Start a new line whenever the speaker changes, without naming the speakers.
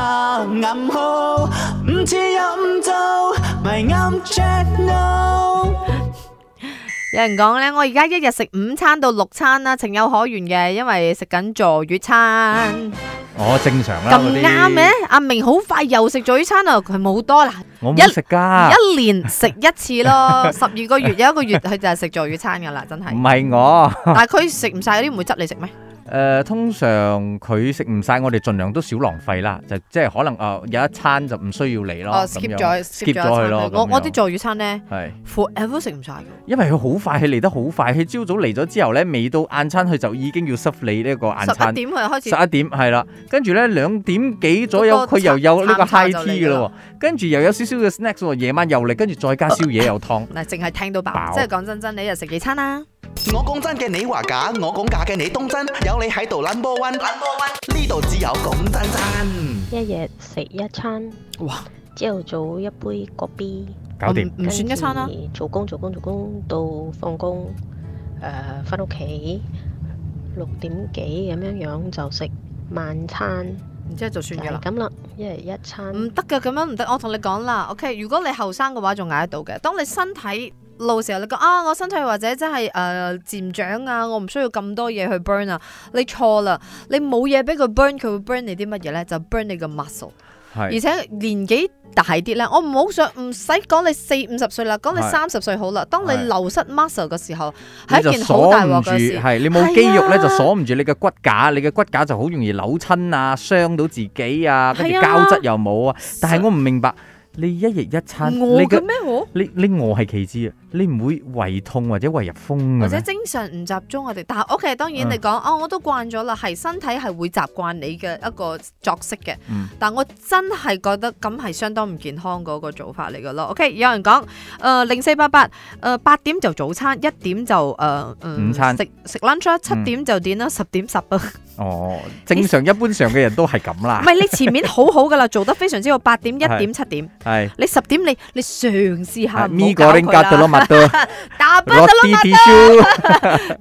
啱啱好，啊唔知飲酒，咪啱 check no。
有人講咧，我而家一日食五餐到六餐啦，情有可原嘅，因為食緊坐月
嗯
餐。
我哦正常啦
咁
嗰啲
啱嘅，阿明好快又食咗呢餐啊！佢冇多啦，
我冇食噶，
一年食一次 咯，十二個月有一個月佢就係食助月餐噶啦，真
唔
係。
係我。
但係佢食唔晒嗰啲唔會執你食咩？
誒、通常佢食唔晒，我哋盡量都少浪費啦，就即係可能誒、呃有一餐就唔需要你咯。
哦
咁
，skip
樣
咗
skip 咗
一餐
佢咯。
啦我
咁
我
樣
啲助月餐咧
係，
，forever 食唔晒嘅。
因為佢好快，佢嚟得好快，佢朝早嚟咗之後咧，未到晏餐佢就已經要 serve 你呢一個晏
十一
餐。
點佢開
十
始
一點係啦，跟住咧兩點幾左右
嗰個
佢又有呢個
餐餐
high
就
tea
嚟
嘅
㗎啦
咯喎，跟住又有少少嘅 snacks 喎，夜晚又嚟，跟住再
哦
加宵夜又湯。
嗱，淨係聽到飽，
飽
即係講真真，你一日食幾餐啊？
我講真嘅，你話假；我講假嘅，你當真。有你喺度 number one，number one，呢度只有講真真。
一日食一餐，
哇！
朝早一杯個 B，
搞掂，嗯
我唔唔算一餐啦。，
做工做工做工到放工，誒翻屋企六點幾咁樣樣就食晚餐，
然之後就
就
算嘅
係
啦。
咁啦，一日一餐。
唔得嘅，咁樣唔得。我同你講啦，OK。如果你後生嘅話，仲捱得到嘅。當你身體老時候，你講啊，我身體或者真係誒漸長啊，我唔需要咁多嘢去 burn 啊。你錯啦，你冇嘢俾佢 burn，佢會 burn 你啲乜嘢咧？就 burn 你個 muscle。而
係
且年紀大啲咧，我唔好想唔使講你四五十歲啦，講你
係
三十歲好啦。當你
係
流失 muscle 嘅時候，
你
係
就
一件
鎖
好大
唔
鑊
住，
嘅事。
係你冇肌肉咧
係啊
就鎖唔住你嘅骨架，你嘅骨架就好容易扭親啊，傷到自己啊，跟住
係啊
膠質又冇啊。但係我唔明白，你一日一餐，你
我嘅
嘅
咩我？
你你餓係其次啊，你唔會胃痛或者胃入風
或
嘅
者
咩？
精神唔集中，我哋但係 OK，當然
嗯
你講哦，我都慣咗啦，係身體係會習慣你嘅一個作息嘅。
嗯
但我真係覺得咁係相當唔健康嗰個做法嚟嘅咯。OK，有人講誒零四八八誒八點就早餐，一點就誒、呃嗯
午餐
食食 lunch 啦，七
嗯
點就點啦，十點十啊。
哦，正常一般上嘅人都係咁啦
唔，係你前面好好噶啦，做得非常之好，八點、一
係
點、七點，
係。
你十點你你啊嘗試下唔好
Mi
搞
goreng
佢啦
kat，telur mata
打不得
roti tisu